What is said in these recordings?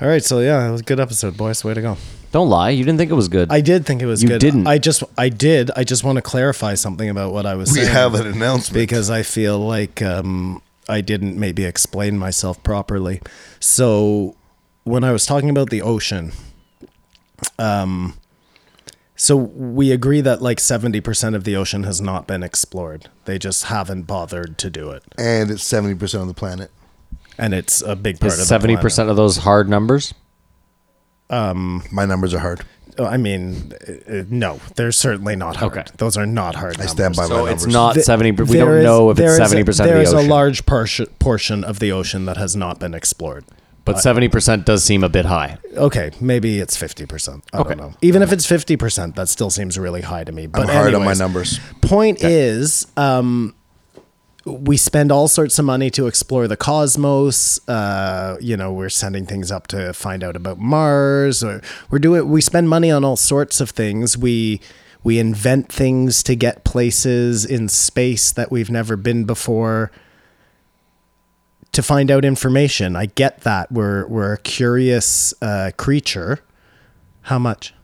All right, so yeah, it was a good episode, boys. Way to go. Don't lie. You didn't think it was good. I did think it was You good. didn't. I just I did. I just want to clarify something about what I was We saying. have an announcement. because I feel like um, I didn't maybe explain myself properly. So when I was talking about the ocean, um, so we agree that like seventy percent of the ocean has not been explored. They just haven't bothered to do it, and it's seventy percent of the planet. and it's a big part of Is seventy percent of those hard numbers? My numbers are hard. The planet. Oh, I mean, uh, uh, no, they're certainly not hard. Okay. Those are not hard. I stand by So my it's numbers. not seventy. We There don't is- know if there it's is a- seventy percent of the There is ocean. a large portion portion of the ocean that has not been explored. but seventy percent does seem a bit high. Okay, maybe it's fifty percent. I Okay. don't know. Even if it's fifty percent, that still seems really high to me. But I'm hard on my anyways, numbers. Point is, um, we spend all sorts of money to explore the cosmos. Uh, you know, we're sending things up to find out about Mars, or we're doing. We spend money on all sorts of things. We we invent things to get places in space that we've never been before to find out information. I get that we're we're a curious uh, creature. How much?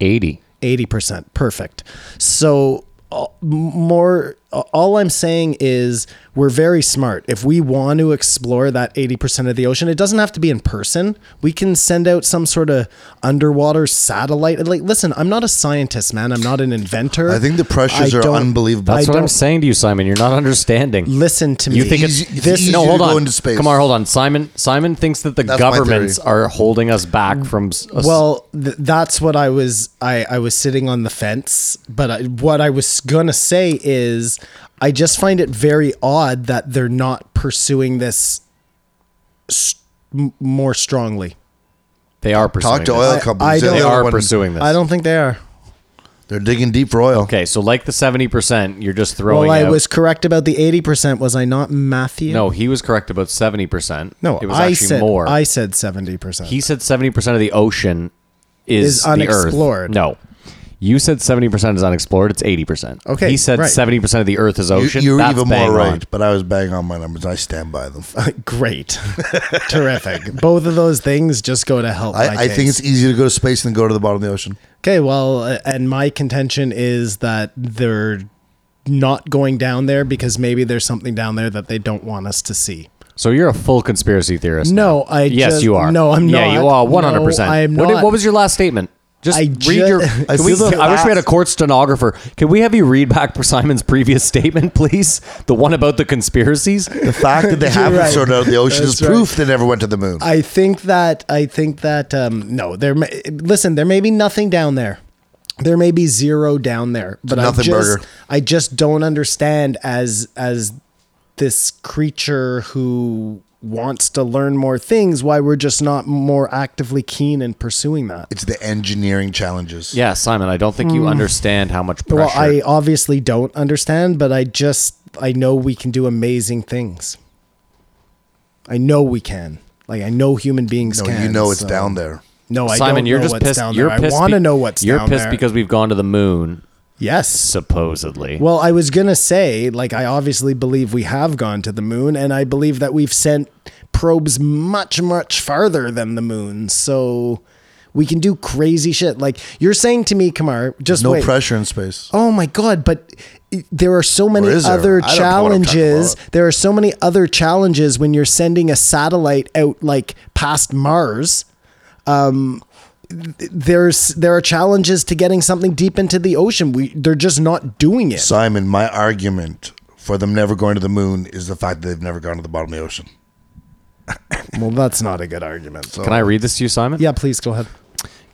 Eighty. Eighty percent. Perfect. So uh, m- more. uh, All I'm saying is we're very smart. If we want to explore that eighty percent of the ocean, it doesn't have to be in person. We can send out some sort of underwater satellite. Like, listen, I'm not a scientist, man. I'm not an inventor. I think the pressures I are don't- unbelievable. That's I what I'm don't- saying to you, Simon. You're not understanding. Listen to me. you think easy- it's, it's this? easier No, hold to go on. into space. Come on, hold on. Simon. Simon thinks that the That's my governments theory. are holding us back from. s- us- Well, th- that's what I was. I I was sitting on the fence, but I, what I was gonna say is, I just find it very odd that they're not pursuing this s- m- more strongly. they are pursuing. Talk to this. oil I- companies. I They're don't- They the are only one- pursuing this. I don't think they are. They're digging deep for oil. Okay, so like the seventy percent, you're just throwing. Well, I out- was correct about the eighty percent. Was I not, Matthew? No, he was correct about seventy percent. no. it was I actually said more. I said seventy percent. he said seventy percent of the ocean is, Is the Earth. unexplored. No, you said seventy percent is unexplored. It's eighty percent. Okay, he said right. seventy percent of the Earth is You, ocean. you were That's even bang more on. right, but I was bang on my numbers. I stand by them. Great, terrific. Both of those things just go to help. my I, I case. think it's easier to go to space than go to the bottom of the ocean. Okay, well, uh, and my contention is that they're not going down there because maybe there's something down there that they don't want us to see. So you're a full conspiracy theorist. No, now. I Yes, just- you are. no, I'm yeah, not. you are. One hundred percent. No, I am What, did- not. what was your last statement? Just I read ju- your. I Can we, feel the I wish we had a last- court stenographer. Can we have you read back Simon's previous statement, please? The one about the conspiracies. The fact that they You're haven't right. sorted out the ocean That's is proof they never went to the moon. I think that I think that um, no, there. May, listen, there may be nothing down there. There may be zero down there, but I nothing just burger. I just don't understand as as this creature who wants to learn more things why we're just not more actively keen in pursuing that. it's the engineering challenges. Yeah, Simon, I don't think you understand how much pressure. Hmm. Well, I obviously don't understand, but I just I know we can do amazing things. I know we can. Like I know human beings No, can. you know it's so- down there. No, I Simon, don't you're know just what's pissed. down you're there. pissed I want to be- know what's You're down pissed there. because we've gone to the moon, yes. supposedly. Well, I was gonna say, like, I obviously believe we have gone to the moon, and I believe that we've sent probes much, much farther than the moon. So we can do crazy shit. Like you're saying to me, Kamar, just No wait. pressure in space. Oh my god! But i- there are so many Or is there? other I don't know what I'm talking challenges. about. There are so many other challenges when you're sending a satellite out like past Mars. Um, th- there's there are challenges to getting something deep into the ocean. We they're just not doing it. Simon, my argument for them never going to the moon is the fact that they've never gone to the bottom of the ocean. Well, that's not a good argument. So Can I read this to you, Simon? yeah, please go ahead.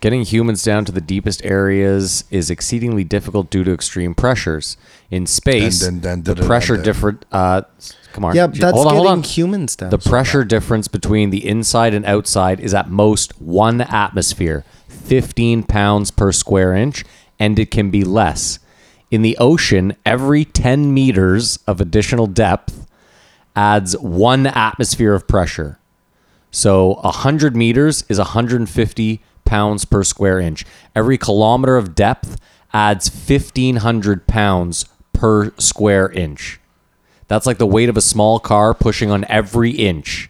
Getting humans down to the deepest areas is exceedingly difficult due to extreme pressures in space. Dun, dun, dun, the dun, dun, pressure dun. different. Uh, s- come on. Yeah, Gee, that's hold on, hold getting on. humans down. The pressure difference between the inside and outside is at most one atmosphere, 15 pounds per square inch, and it can be less. In the ocean, every 10 meters of additional depth adds one atmosphere of pressure. So 100 meters is 150 pounds per square inch. Every kilometer of depth adds 1,500 pounds per square inch. That's like the weight of a small car pushing on every inch.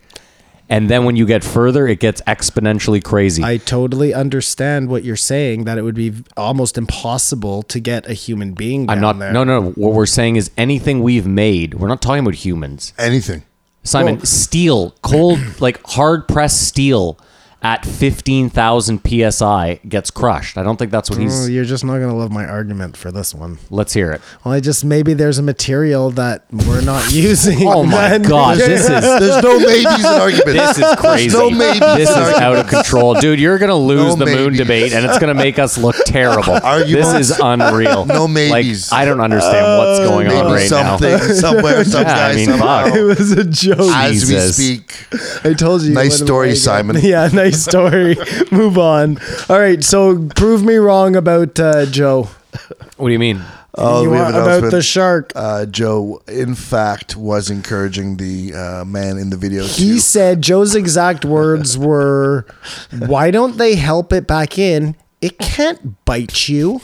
And then when you get further, it gets exponentially crazy. I totally understand what you're saying that it would be almost impossible to get a human being down I'm not. there. No, no. What we're saying is anything we've made. We're not talking about humans. Anything. Simon, Well- steel, cold, like hard pressed steel at 15,000 psi gets crushed. I don't think that's what Well, he's. you're just not going to love my argument for this one. Let's hear it. Well, I just maybe there's a material that we're not using. Oh my then- God. This is. There's no maybes in This argument. is crazy. no maybe. This is out of control. Dude, you're going to lose No the moon maybes. debate and it's going to make us look terrible. Arguments. This is unreal. No Like, maybes. Uh, I don't understand what's going on Maybe right now. something, somewhere, some Yeah, guy, I mean, somehow. fuck. It was a joke. As Jesus. we speak, I told you. Nice Let him story, make it. Simon. Yeah, nice story. Move on. All right, so prove me wrong about uh, Joe. What do you mean? Oh, you we have are an about the announcement. shark. uh, Joe, in fact, was encouraging the uh, man in the video He to said Joe's exact words were, "Why don't they help it back in? It can't bite you."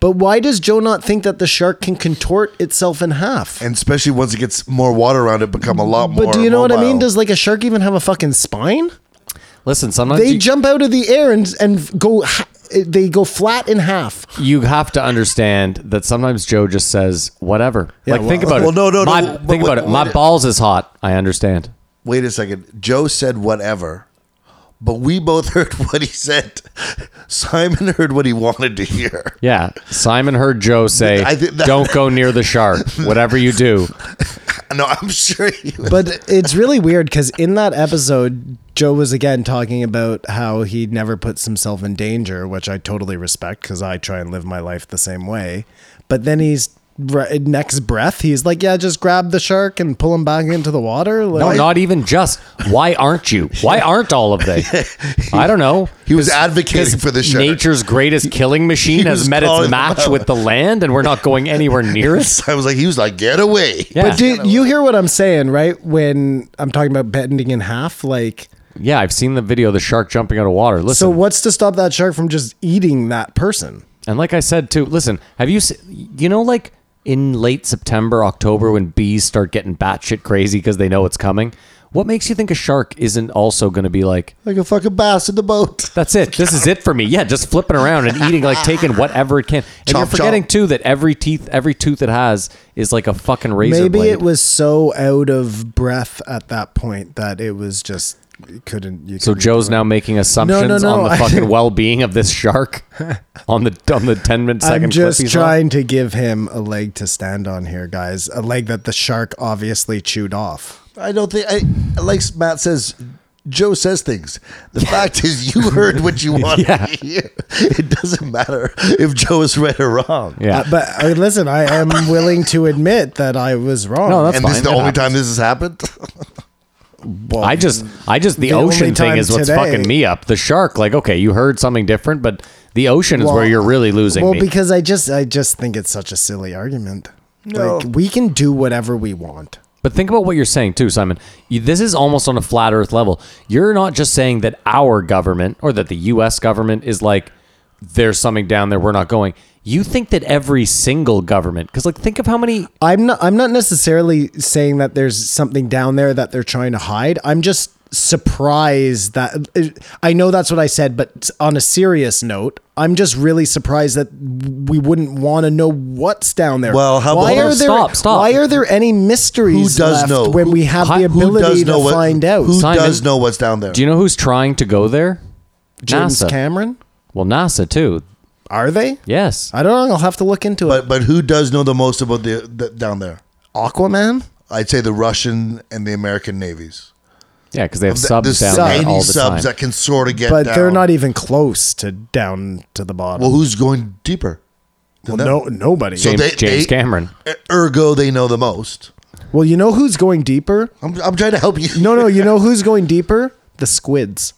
But why does Joe not think that the shark can contort itself in half? and especially once it gets more water around it, become a lot more. But do you know what I mean? mobile. Does like a shark even have a fucking spine? Listen, sometimes They you, jump out of the air and and go. ha- They go flat in half. you have to understand that sometimes Joe just says whatever. like, think well- about Well, it. no, no, no, My, but think about wait- it. My wait- balls is hot. I understand. Wait a second. Joe said whatever, but we both heard what he said. Simon heard what he wanted to hear. Yeah, Simon heard Joe say, I think that- "Don't go near the shark. Whatever you do." No, I'm sure he. But it's really weird because in that episode, Joe was again talking about how he never puts himself in danger, which I totally respect because I try and live my life the same way. But then he's re- next breath, he's like, "Yeah, just grab the shark and pull him back into the water." Like, No, not even just. Why aren't you? Why aren't all of they? I don't know. He was advocating for the shark. Nature's greatest killing machine has was met its calling them match out. with the land, and we're not going anywhere near it. I was like, he was like, get away. Yeah, But do, you hear what I'm saying, right? When I'm talking about bending in half, like, yeah. I've seen the video of the shark jumping out of water. Listen, so what's to stop that shark from just eating that person? And like I said too, listen, have you se- you know like in late September, October when bees start getting batshit crazy because they know it's coming? What makes you think a shark isn't also going to be like, Like a fucking bass in the boat. that's it. This is it for me. Yeah, just flipping around and eating like taking whatever it can. And you're Chomp, forgetting chomp. too that every teeth, every tooth it has is like a fucking razor Maybe blade. it was so out of breath at that point that it was just it couldn't. You so couldn't- Joe's now making assumptions no, on the I- fucking well-being of this shark on the on the 10 minute second I'm clip just he's on. trying to give him a leg to stand on here, guys. A leg that the shark obviously chewed off. I don't think. I like Matt says. Joe says things. The fact is, you heard what you wanted Yeah. to hear. It doesn't matter if Joe is right or wrong. Yeah. Uh, but uh, listen, I am willing to admit that I was wrong. No, that's And fine. this is the It only happens. time this has happened. Well, I just, I just the, the only ocean thing time is what's today- fucking me up. The shark, like, okay, you heard something different, but the ocean is Well- where you're really losing well me. because I just, I just think it's such a silly argument. No. Like we can do whatever we want. but think about what you're saying too, Simon. You, this is almost on a flat Earth level. You're not just saying that our government or that the U.S. government is like, there's something down there we're not going. You think that every single government, because like, think of how many I'm not I'm not necessarily saying that there's something down there that they're trying to hide. I'm just surprised that uh, I know that's what I said, but on a serious note, I'm just really surprised that we wouldn't want to know what's down there. Well, how why about- are there Stop, stop. why are there any mysteries Who does left know? when Who- we have the who does ability to what, find out? Who Simon, does know what's down there? Do you know who's trying to go there? James NASA. Cameron? well, NASA too. Are they? Yes. Uh, I don't know. I'll have to look into it. but but who does know the most about the, the down there? Aquaman? I'd say the Russian and the American navies. Yeah, because they have The- subs the down tiny there all the subs uh, time. that can sort of get But down. they're not even close to down to the bottom. Well, who's going deeper? than them? no, nobody. So James, they- James they- Cameron. Ergo, they know the most. well, you know who's going deeper? I'm, I'm trying to help you. No, no, you know who's going deeper? The squids.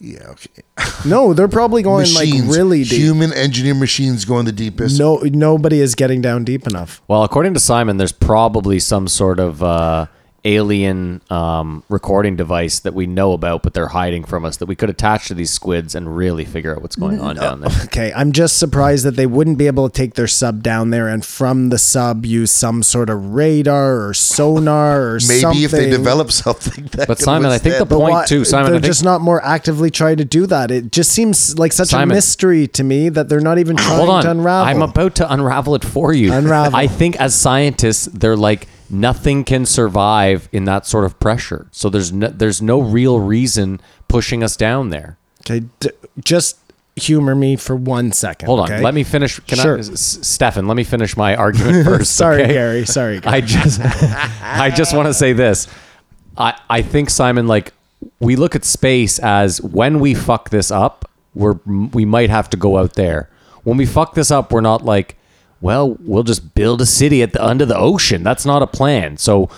Yeah, okay. No, they're probably going Machines. like really deep. Human engineer machines going the deepest. No, nobody is getting down deep enough. Well, according to Simon, there's probably some sort of uh, alien um, recording device that we know about, but they're hiding from us that we could attach to these squids and really figure out what's going on down there. Okay, I'm just surprised that they wouldn't be able to take their sub down there and from the sub use some sort of radar or sonar or Maybe something. if they develop something that. But can Simon, I think the withstand- But Point why- two, Simon, I They're think- just not more actively trying to do that. It just seems like such Simon. a mystery to me that they're not even trying Hold on. to unravel. I'm about to unravel it for you. Unravel. I think as scientists, they're like nothing can survive in that sort of pressure. So there's no, there's no real reason pushing us down there. okay, d- just humor me for one second. Hold on. okay? Let me finish. Can Sure. I, S- S- Stefan? Let me finish my argument first. Sorry, okay? Gary. Sorry. Gary. I just I just want to say this. I I think Simon like we look at space as when we fuck this up, we're we might have to go out there. When we fuck this up, we're not like, well, we'll just build a city at the under the ocean. That's not a plan. So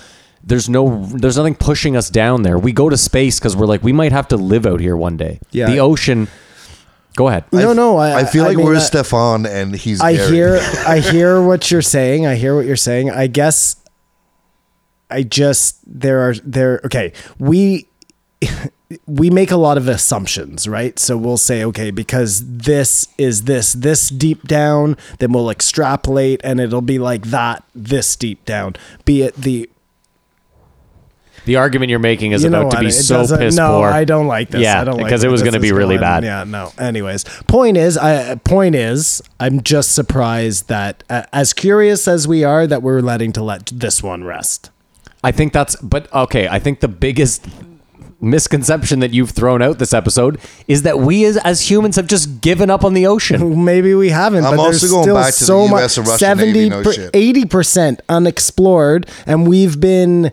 there's no there's nothing pushing us down there. We go to space cuz we're like we might have to live out here one day. Yeah. The ocean Go ahead. no, no. I, I feel like mean, we're I- Stefan and he's. I Gary. hear I hear what you're saying. I hear what you're saying. I guess I just there are there okay, we we make a lot of assumptions, right? So we'll say okay because this is this this deep down, then we'll extrapolate and it'll be like that this deep down. Be it the The argument you're making is you know about to what, be it so doesn't- piss no, poor. I don't like this. Yeah, I don't like because it where was this gonna is be really going. bad. Yeah, no. Anyways, point is, I point is, I'm just surprised that uh, as curious as we are, that we're letting to let this one rest. I think that's, but okay, I think the biggest misconception that you've thrown out this episode is that we as, as humans have just given up on the ocean. Maybe we haven't. I'm but also there's going still back to the so much, US and Russian Navy, no shit. 80 percent unexplored, and we've been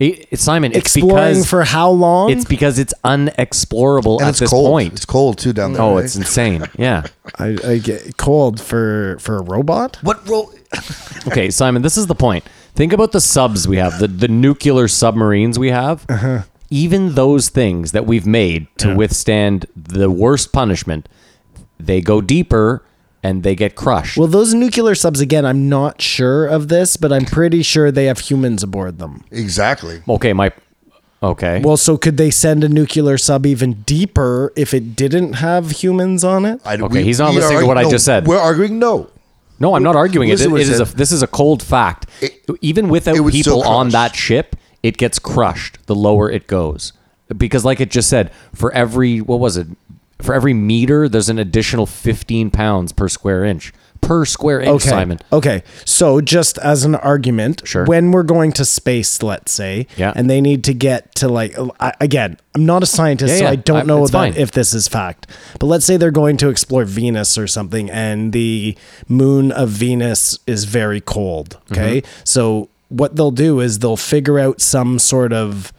It- it's- Simon, it's exploring because for how long? it's because it's unexplorable And at it's this cold. It's point. cold too down there. Oh, right? it's insane. Yeah. I, I get cold for for a robot. what role? Okay, Simon, this is the point. Think about the subs we have, the, the nuclear submarines we have. Uh-huh. Even those things that we've made to withstand the worst punishment, they go deeper and they get crushed. Well, those nuclear subs again. I'm not sure of this, but I'm pretty sure they have humans aboard them. Exactly. okay, my. Okay. Well, so could they send a nuclear sub even deeper if it didn't have humans on it? I, Okay, he's not listening to what I no, just said. We're arguing no. No, I'm not arguing it. Listen It- what it is I a, said. this is a cold fact. It- Even without it would still people on crush. that ship, it gets crushed the lower it goes. Because, like it just said, for every what was it? For every meter, there's an additional 15 pounds per square inch. Per square inch, Okay. Simon. Okay. So just as an argument, Sure. when we're going to space, let's say, Yeah. and they need to get to like uh, I, again, I'm not a scientist, Yeah, so yeah. I I- don't know it's that fine. if this is fact. But let's say they're going to explore Venus or something, and the moon of Venus is very cold. Mm-hmm. Okay. So what they'll do is they'll figure out some sort of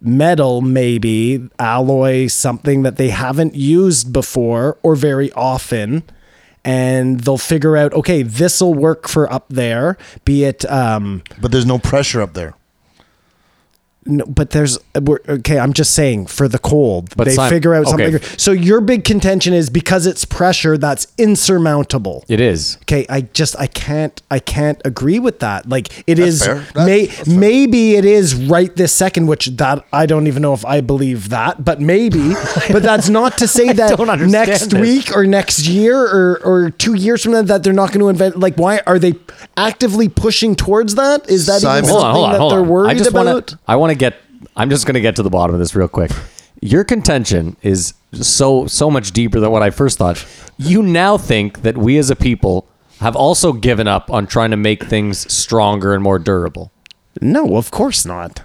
metal maybe alloy something that they haven't used before or very often and they'll figure out okay this will work for up there be it um But there's no pressure up there. no, but there's we're, okay i'm just saying for the cold But they Simon- figure out okay. something so your big contention is because it's pressure that's insurmountable It is. Okay, I just I can't I can't agree with that. Like it is fair. That- may, that's fair. maybe it is right this second, which that I don't even know if I believe that, but maybe. but that's not to say that don't understand next this. week or next year or or two years from now that they're not going to invent. Like why are they actively pushing towards that? Is that Simon- even Hold something on, hold on, that hold they're on. worried I just about? want to. I want to get. I'm just going to get to the bottom of this real quick. Your contention is so so much deeper than what I first thought. You now think that we as a people have also given up on trying to make things stronger and more durable. No, of course not.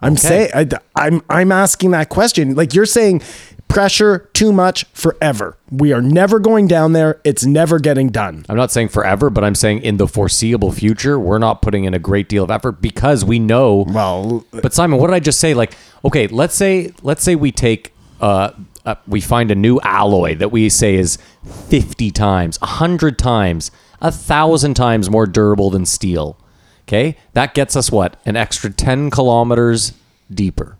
I'm Okay. saying I, I'm I'm asking that question. Like you're saying, pressure too much forever. We are never going down there. It's never getting done. I'm not saying forever, but I'm saying in the foreseeable future, we're not putting in a great deal of effort because we know Well, But Simon, what did I just say? Like, okay, let's say let's say we take uh, uh we find a new alloy that we say is fifty times, hundred times, a thousand times more durable than steel. Okay, that gets us what an extra ten kilometers deeper.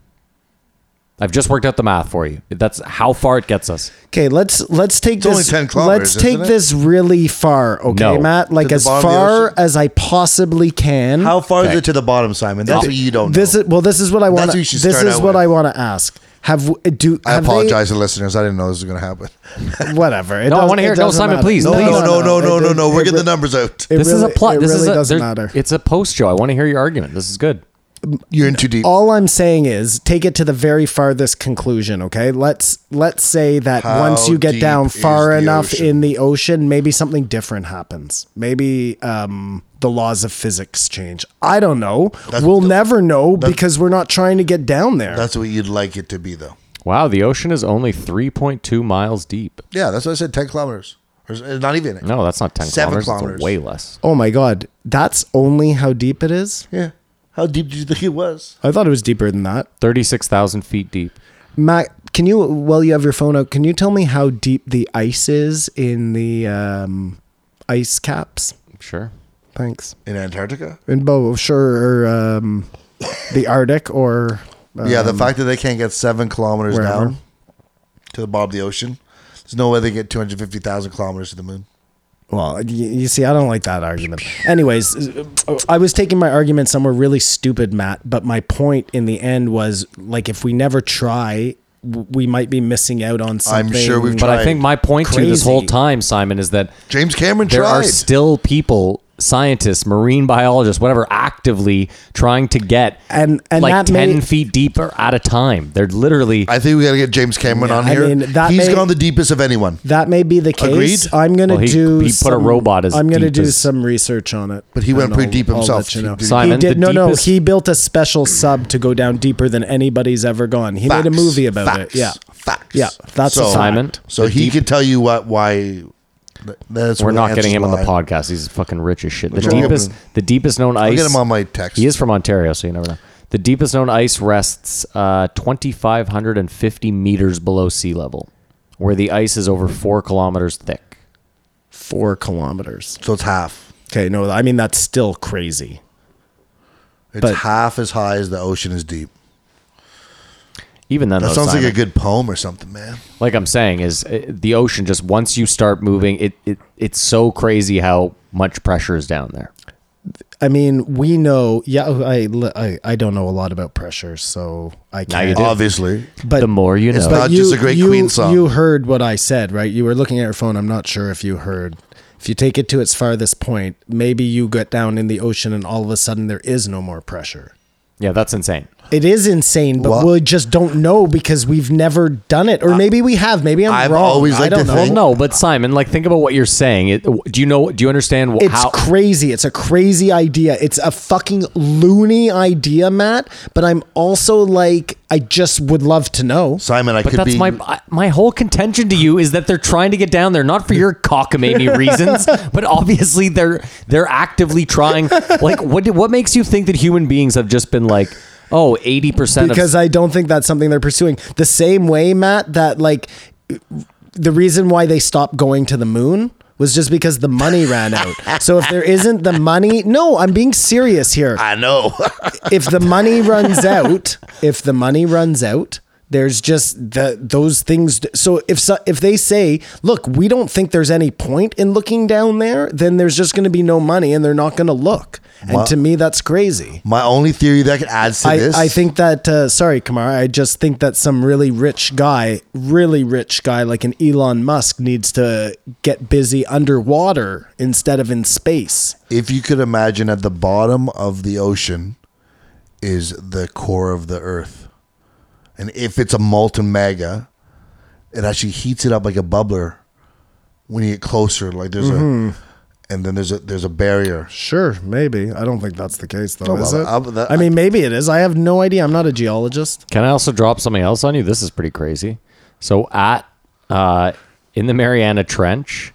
I've just worked out the math for you. That's how far it gets us. Okay, let's let's take only this. 10 kilometers, let's take isn't it? this really far, okay, No. Matt? Like the as bottom of the far ocean? as I possibly can. How oh, far is Okay. it to the bottom, Simon? That's what you don't This know. is well. This is what I want. what to you should This start is out what with. I want to ask. Have w- do I have they- apologize to listeners. I didn't know this was going to happen. whatever. It No, I does- wanna hear it. No, doesn't Simon, matter. please, No, please. no, no, no, no, It- no, no. it- We're it- getting the numbers out. it This is a really- plot. It This really is a, doesn't there- matter. It's a post show. I want to hear your argument. This is good. You're in too deep. all I'm saying is take it to the very farthest conclusion, okay? Let's let's say that once How you get deep down is far the enough ocean? in the ocean, maybe something different happens. Maybe um the laws of physics change. I don't know. we'll never know because we're not trying to get down there. That's what you'd like it to be, though. Wow, the ocean is only 3.2 miles deep. Yeah, that's what I said. Ten kilometers, or s- not even. No, that's not 10 Seven kilometers. kilometers. It's way less. Oh my god. That's only how deep it is? Yeah. How deep did you think it was? I thought it was deeper than that. 36,000 feet deep. Matt, can you while you have your phone out, can you tell me how deep the ice is in the um ice caps? Sure. Thanks. In Antarctica? in both, sure, or um, the Arctic, or uh, yeah, the fact that they can't get seven kilometers wherever. down to the bottom of the ocean. There's no way they get 250,000 kilometers to the moon. well, y- you see, I don't like that argument. Anyways, I was taking my argument somewhere really stupid, Matt. But my point in the end was like, if we never try, w- we might be missing out on something. I'm sure we've But Right. I think my point to this whole Crazy. time, Simon, is that James Cameron there tried. are still people, scientists, marine biologists, whatever, actively trying to get And- and like that 10 may- feet deeper at a time. They're literally I think we got to get James Cameron Yeah, on I here. mean, that He's may- gone the deepest of anyone, That may be the case. Agreed. I'm gonna Well, he- do. he put a some- robot as I'm gonna do deep as- some research on it. but he went and pretty I'll- deep I'll himself. let you know. He did- Simon, he did the no, no. deepest- He built a special sub to go down deeper than anybody's ever gone. He made a Facts. movie about Facts. it. Yeah, Facts. Yeah, that's a so, fact. Simon. So the he deep- can tell you what why. That's we're where the not getting answers him on the lie. podcast. He's fucking rich as shit. The Sure. deepest, the deepest known ice. I'll get him on my text. He is from Ontario, so you never know. The deepest known ice rests uh, 2,550 meters below sea level, where the ice is over four kilometers thick. four kilometers. So it's half. Okay, no, I mean that's still crazy. It's But- half as high as the ocean is deep. Even then, That though, sounds Simon, like a good poem or something, man. like I'm saying, is uh, the ocean just once you start moving, it, it it's so crazy how much pressure is down there. I mean, we know. Yeah, I, I, I don't know a lot about pressure, so I can't. you do. Obviously, But the more you know, It's not just a great you, Queen song. You heard what I said, right? You were looking at your phone. I'm not sure if you heard. If you take it to its farthest point, maybe you get down in the ocean, and all of a sudden there is no more pressure. yeah, that's insane. It is insane, but Well- we just don't know because we've never done it, or maybe we have. Maybe I'm I've wrong. always I liked don't to know. think- No, but Simon, like think about what you're saying. It, do you know? Do you understand wh- It's how? crazy. It's a crazy idea. It's a fucking loony idea, Matt. But I'm also like, I just would love to know. Simon, I But could that's be. my I- my whole contention to you is that they're trying to get down there, not for your cockamamie reasons, but obviously they're they're actively trying. Like, what do- what makes you think that human beings have just been like, oh, 80 percent of Because I don't think that's something they're pursuing. The same way, Matt, that like the reason why they stopped going to the moon was just because the money ran out. So if there isn't the money, no, I'm being serious here. I know. if the money runs out, if the money runs out, there's just the those things. So if so, if they say, "Look, we don't think there's any point in looking down there," then there's just going to be no money, and they're not going to look. And to me, that's crazy. my only theory that could add to I, this. I think that uh, sorry, Kamara. I just think that some really rich guy, really rich guy like an Elon Musk, needs to get busy underwater instead of in space. if you could imagine at the bottom of the ocean is the core of the earth. And if it's a molten mega, it actually heats it up like a bubbler when you get closer. Like there's Mm-hmm. a and then there's a there's a barrier. Sure, maybe. I don't think that's the case, though. Oh, well, is it? I'll- that- I mean, maybe it is. I have no idea. I'm not a geologist. Can I also drop something else on you? This is pretty crazy. So at uh, in the Mariana Trench,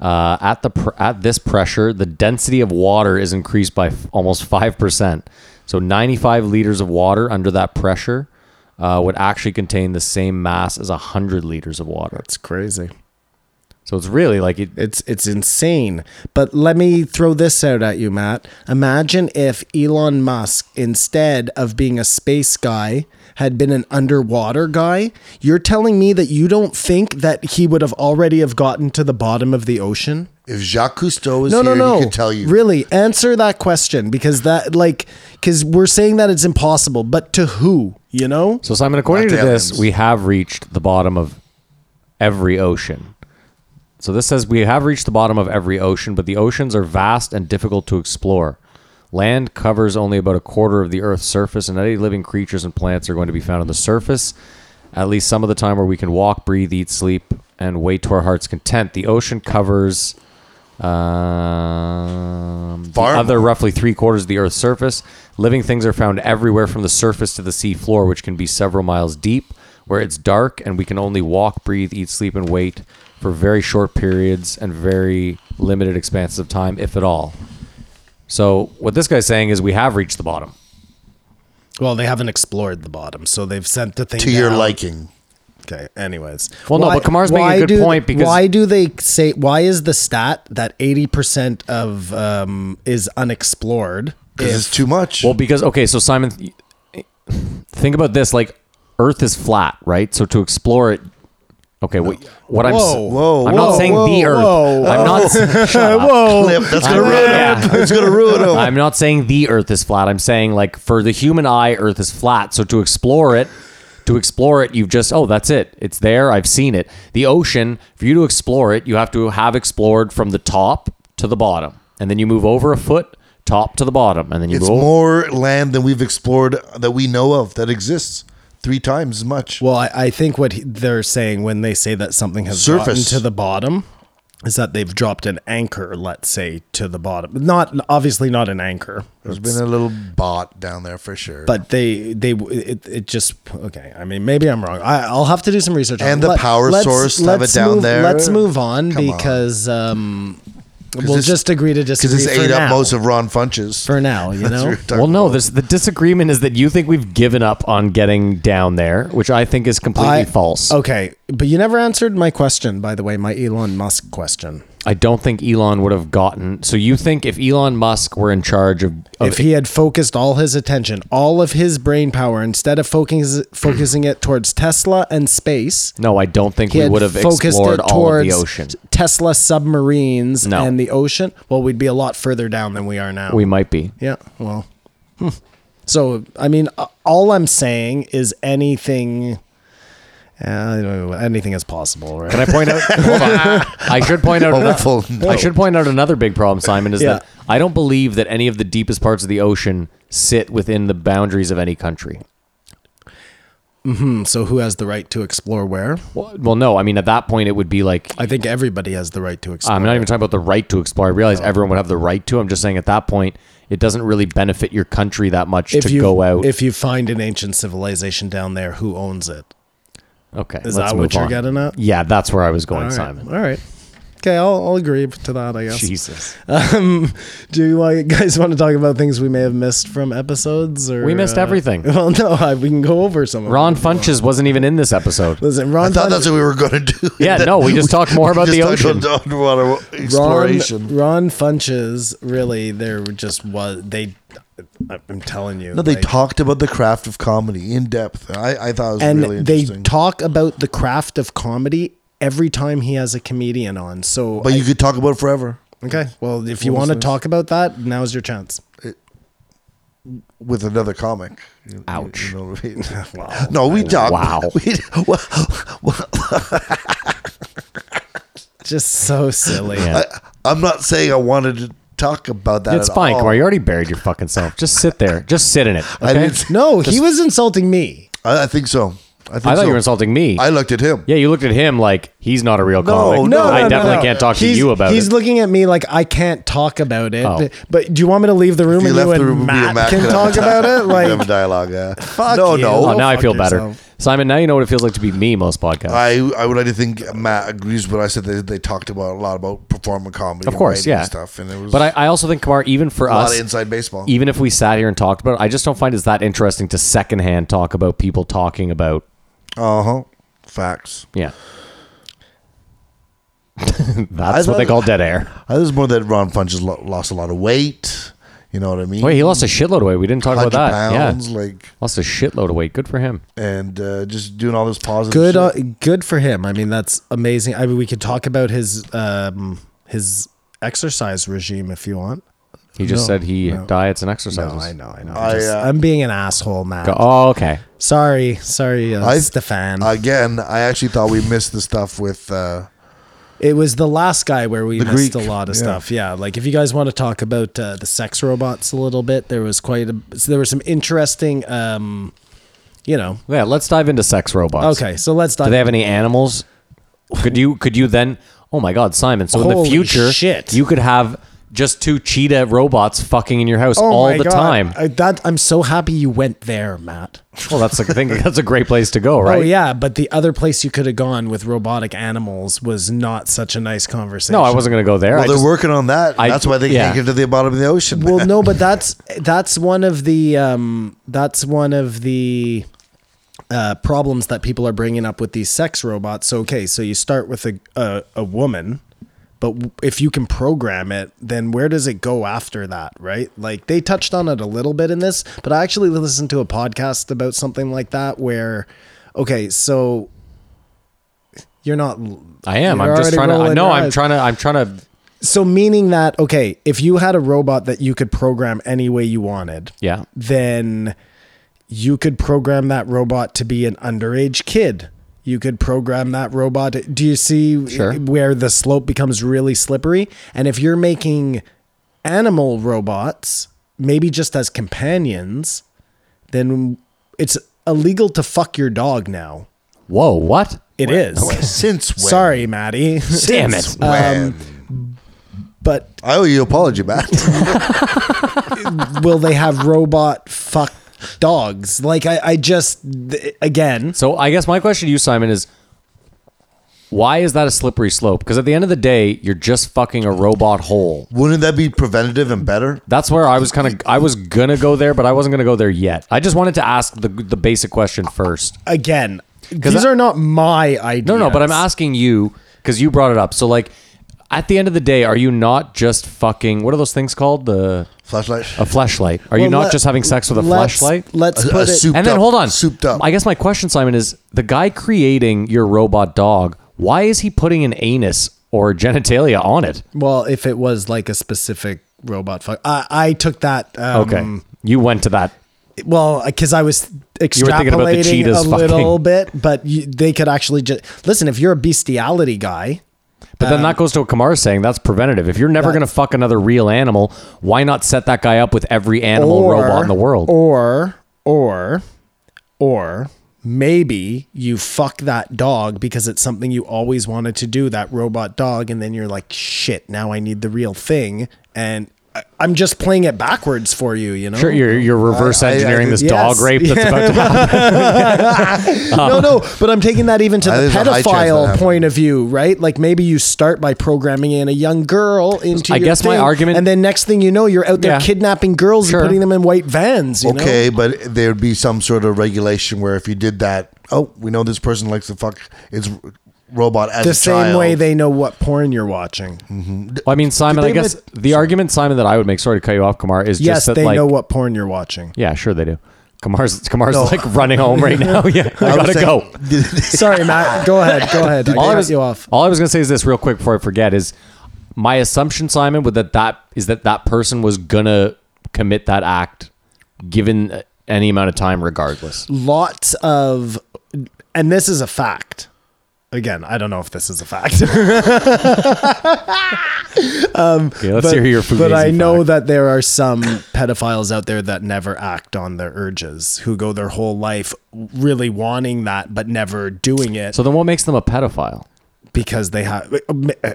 uh, at the pr- at this pressure, the density of water is increased by f- almost five percent. So 95 liters of water under that pressure uh, would actually contain the same mass as 100 liters of water. It's crazy. So it's really like it, It's it's insane. But let me throw this out at you, Matt. Imagine if Elon Musk, instead of being a space guy, had been an underwater guy, you're telling me that you don't think that he would have already have gotten to the bottom of the ocean? If Jacques Cousteau was no, no, here, no. he could tell you. Really, answer that question because that like because we're saying that it's impossible, but to who? You know, So Simon, according to Not to this, aliens. we have reached the bottom of every ocean. So this says we have reached the bottom of every ocean, but the oceans are vast and difficult to explore. Land covers only about a quarter of the Earth's surface, and any living creatures and plants are going to be found on the surface, at least some of the time where we can walk, breathe, eat, sleep, and wait to our heart's content. The ocean covers um, the Far other roughly three quarters of the Earth's surface. Living things are found everywhere from the surface to the sea floor, which can be several miles deep, where it's dark and we can only walk, breathe, eat, sleep, and wait for very short periods and very limited expanses of time, if at all. So, what this guy's saying is we have reached the bottom. well, they haven't explored the bottom, so they've sent the thing to your down. liking. Okay. Anyways, Well, no, but Kamar's making a why good do- point because- why do they say why is the stat that eighty percent of um, is unexplored? Because it's too much. Well, because okay, so Simon, th- think about this: like Earth is flat, right? So to explore it, okay. What, what I'm s- Whoa, whoa, I'm whoa, not saying the whoa, Earth. whohoa. I'm not. s- shut up. Clip, that's gonna I'm- ruin yeah. him. It's gonna ruin him. I'm not saying the Earth is flat. I'm saying like for the human eye, Earth is flat. So to explore it, to explore it, you've just oh that's it. It's there. I've seen it. The ocean. For you to explore it, you have to have explored from the top to the bottom, and then you move over a foot, top to the bottom, and then you It's move. over- more land than we've explored that we know of that exists. Three times as much. Well, I, I think what he, they're saying when they say that something has gotten Surface. to the bottom is that they've dropped an anchor, let's say, to the bottom. Not obviously not an anchor, There's been a little bot down there for sure. but they they it, it just okay. I mean, maybe I'm wrong. I, I'll have to do some research. on And it. the power let's- source, have it let's down move- there. Let's move on Come on. because um, we'll this- just agree to disagree because it's for ate now. up most of Ron Funches. for now, you know. Well, no. This the disagreement is that you think we've given up on getting down there, which I think is completely I- oh. false. Okay, but you never answered my question, by the way, my Elon Musk question. I don't think Elon would have gotten. So you think if Elon Musk were in charge of, Oh, of if he had focused all his attention, all of his brain power, instead of focus, focusing it towards Tesla and space, no, I don't think he we had would have focused explored it all of towards the ocean. Tesla submarines No. and the ocean. Well, we'd be a lot further down than we are now. We might be. yeah. Well, hmm. so I mean, uh, all I'm saying is anything. uh, I don't know, anything is possible, right? Can I point out? hold on. I should point Oh, out. Hopeful ano- I should point out another big problem, Simon, is Yeah. that I don't believe that any of the deepest parts of the ocean sit within the boundaries of any country. Hmm, so, who has the right to explore where? Well, well, no. I mean, at that point, it would be like I think everybody has the right to explore. Um, I'm not even talking about the right to explore. I realize everyone would have the right to. I'm just saying at that point, it doesn't really benefit your country that much if to you go out. if you find an ancient civilization down there, who owns it? okay, Is let's that what move you're on. getting at? Yeah, that's where I was going, All right. Simon. All right. Okay, I'll, I'll agree to that, I guess. Jesus, Um, do you uh, guys want to talk about things we may have missed from episodes? Or We missed uh, everything. Well, no, I, we can go over some. of Ron them. Funches wasn't even in this episode. Listen, I Ron. thought Fun- that's what we were going to do. Yeah, no, we just talked more about the talked ocean. about underwater exploration. Ron, Ron Funches really there just was they. I- I'm telling you. no, they like- talked about the craft of comedy in depth. I, I thought it was and really they interesting. talk about the craft of comedy every time he has a comedian on. So, but you could talk about it forever okay, well, if you What want was to this? talk about that, now's your chance. with another comic. You- you- Ouch. you know what I mean? No, we talked. Wow. We, well, Just so silly. Yeah. I'm not saying I wanted to talk about that. it's at fine, all. Kamar. You already buried your fucking self. Just sit there. Just sit in it. I, Okay? I, didn't- No, he was insulting me. I, I think so. I, think thought so. you were insulting me. I looked at him. yeah, you looked at him like he's not a real No, comic. no, I no, definitely no. can't talk he's, to you about He's it. looking at me like I can't talk about it. Oh. But do you want me to leave the room If and you left the and room, me Matt, and Matt can could talk have a about it? di- we could have a Like dialogue. Yeah. no, you. no. oh, now I fuck feel better, yourself. Simon. Now you know what it feels like to be me most podcasts. I I would like to think Matt agrees with what I said. They, they talked about a lot about performing comedy, Of course, writing yeah. and stuff, and it was but I, I also think Kamar, even for a lot us, e of inside baseball. even if we sat here and talked about it, I just don't find it's that interesting to secondhand talk about people talking about. Uh huh. Facts. Yeah. That's what they thought- call dead air. Uh, I was more that Ron Funch has lo- lost a lot of weight. You know what I mean? Wait, he lost a shitload of weight. We didn't talk about 100 that. pounds, yeah. like Lost a shitload of weight. Good for him. and uh, just doing all this positive. good shit. uh, good for him i mean that's amazing i mean we could talk about his um his exercise regime if you want He just No, said he no. diets and no exercises. i know i know I, I, uh, am being an asshole now Go- oh, okay. sorry sorry uh, I- stefan Again, I actually thought we missed the stuff with. Uh, it was the last guy where we The missed a Greek, lot of yeah. stuff yeah like if you guys want to talk about uh, the sex robots a little bit there was quite a so there were some interesting um you know Yeah, let's dive into sex robots. okay so let's dive Do they have any animals? Could you could you then Oh my god, Simon. So in the Holy future shit. you could have just two cheetah robots fucking in your house all Oh my the God. time. I, that i'm so happy you went there matt Well, that's a, I think that's a great place to go, right? Oh yeah, but the other place you could have gone with robotic animals was not such a nice conversation. No, I wasn't going to go there. well, I they're just- working on that. I- that's why they yeah. can't get to the bottom of the ocean. Well, no, but that's that's one of the um, that's one of the uh, problems that people are bringing up with these sex robots. So okay, so you start with a a, a woman. But w- if you can program it, then where does it go after that, right? Like they touched on it a little bit in this, but I actually listened to a podcast about something like that where, okay, so you're not. I am. You're I'm already just trying to. I rolling know. your I'm eyes. trying to. I'm trying to. So meaning that okay, if you had a robot that you could program any way you wanted, Yeah. then you could program that robot to be an underage kid. You could program that robot. Do you see Sure. where the slope becomes really slippery? And if you're making animal robots, maybe just as companions, then it's illegal to fuck your dog now. Whoa! What? It is. Since when? Sorry, Maddie. Um, Damn it! Since when? but I owe you an apology, Matt. will they have robot fuck dogs? Like I, I just th- again, So I guess my question to you, Simon, is why is that a slippery slope? Because at the end of the day, you're just fucking a robot whole. Wouldn't that be preventative and better? That's where I was kind of. I was gonna go there, but I wasn't gonna go there yet. I just wanted to ask the the basic question first. again, these I- are not my ideas. No, no, but I'm asking you because you brought it up. So like, at the end of the day, are you not just fucking? What are those things called? The Flashlight. a flashlight? Are you Well, not let- just having sex with a let's- flashlight? Let's A- a put it. soup- and then up- hold on, souped up. I guess my question, Simon, is the guy creating your robot dog. Why is he putting an anus or genitalia on it? well, if it was like a specific robot fuck, I, I took that. Um, Okay, Mm. you went to that. Well, because I was were thinking about the extrapolating a cheetahs little fucking. bit, but you, they could actually just listen. If you're a bestiality guy, But then Um, that goes to what Kamar is saying. That's preventative. If you're never going to fuck another real animal, why not set that guy up with every animal robot in the world? Or, or, or maybe you fuck that dog because it's something you always wanted to do, that robot dog. And then you're like, shit, now I need the real thing. And I, I'm just playing it backwards for you, you know? Sure, you're, you're reverse I- I- I engineering did- this Yes. dog rape that's about to happen. no, no, but I'm taking that even to I the think there's a high chance that pedophile happened. point of view, right? Like maybe you start by programming in a young girl into I your guess my thing, argument- and then next thing you know, you're out there Yeah. kidnapping girls Sure. and putting them in white vans. You know? Okay, but there'd be some sort of regulation where if you did that, oh, we know this person likes to fuck its r- robot as the a same child. way they know what porn you're watching. Well, I mean, Simon, they I guess admit- the argument, Simon, that I would make, sorry to cut you off, Kamar, is Yes, just that they like, know what porn you're watching. yeah, sure they do. Kamar's, Kamar's like running home right now. Yeah, I, I gotta was go. saying- Sorry, Matt. Go ahead. Go ahead. I all I cut was, you off. all I was gonna say is this real quick before I forget is my assumption, Simon, would that that is that that person was gonna commit that act given any amount of time, regardless. Lots of, and this is a fact. Again, I don't know if this is a fact, Okay, let's but, hear your food. but I know that there are some pedophiles out there that never act on their urges, who go their whole life really wanting that but never doing it So then, what makes them a pedophile? because they have.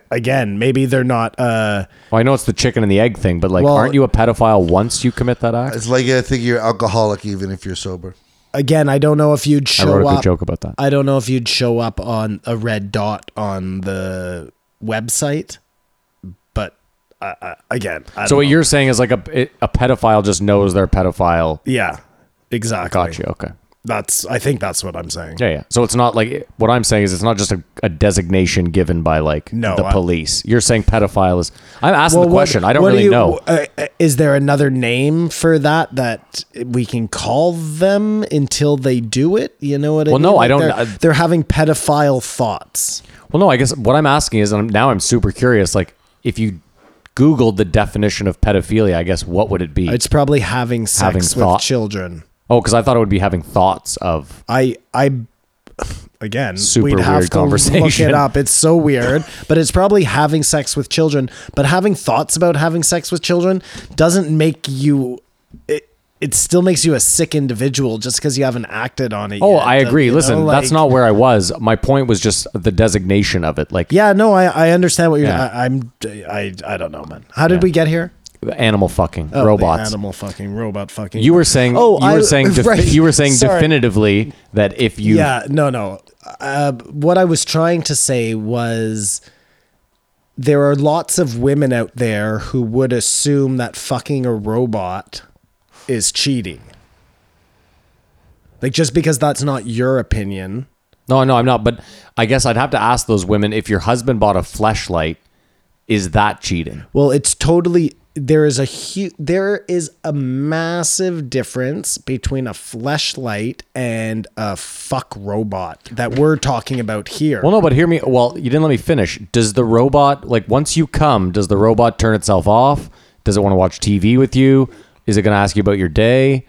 Again, maybe they're not. Uh, Well, I know it's the chicken and the egg thing, but like, Well- uh, aren't you a pedophile once you commit that act? It's like I think you're alcoholic even if you're sober. again, I don't know if you'd I show wrote a good up. joke about that. uh, I don't know if you'd show up on a red dot on the website, but uh, uh, again, I So don't what know. you're saying is like a it- a pedophile just knows they're a pedophile. yeah, exactly. Gotcha. Okay. That's I think that's what I'm saying. Yeah, yeah. So it's not like what I'm saying is it's not just a, a designation given by like No, the I- police. You're saying pedophile is. I'm asking Well, the what- question. I don't what do really you- know. uh, uh, is there another name for that that we can call them until they do it? You know what I Well, mean? no, I don't- uh, They're, I- they're having pedophile thoughts. Well, no, I guess what I'm asking is, and I'm, now I'm super curious. Like, if you Googled the definition of pedophilia, I guess what would it be? It's probably having sex Having with thought- children. oh, because I thought it would be having thoughts of. I I again Super we'd weird have to look conversation. it up. It's so weird, but it's probably having sex with children. But having thoughts about having sex with children doesn't make you. It, it still makes you a sick individual just because you haven't acted on it. Oh, yet, I uh, agree. you know, Listen, that's like- not where I was. My point was just the designation of it, like Yeah, no, I, I understand what you're. Yeah. I, I'm. I I don't know, man. How did we get here? animal fucking Oh, the robots. animal fucking robot fucking. You were saying. Oh, you were I- saying. defi- right. You were saying Sorry. definitively that if you. Yeah, no, no. Uh, what I was trying to say was there are lots of women out there who would assume that fucking a robot is cheating. Like just because that's not your opinion. No, no, I'm not. But I guess I'd have to ask those women if your husband bought a flashlight, is that cheating? Well, it's totally there is a huge there is a massive difference between a fleshlight and a fuck robot that we're talking about here. Well, no, but hear me. Well, you didn't let me finish. Does the robot like once you come? Does the robot turn itself off? Does it want to watch TV with you? Is it going to ask you about your day?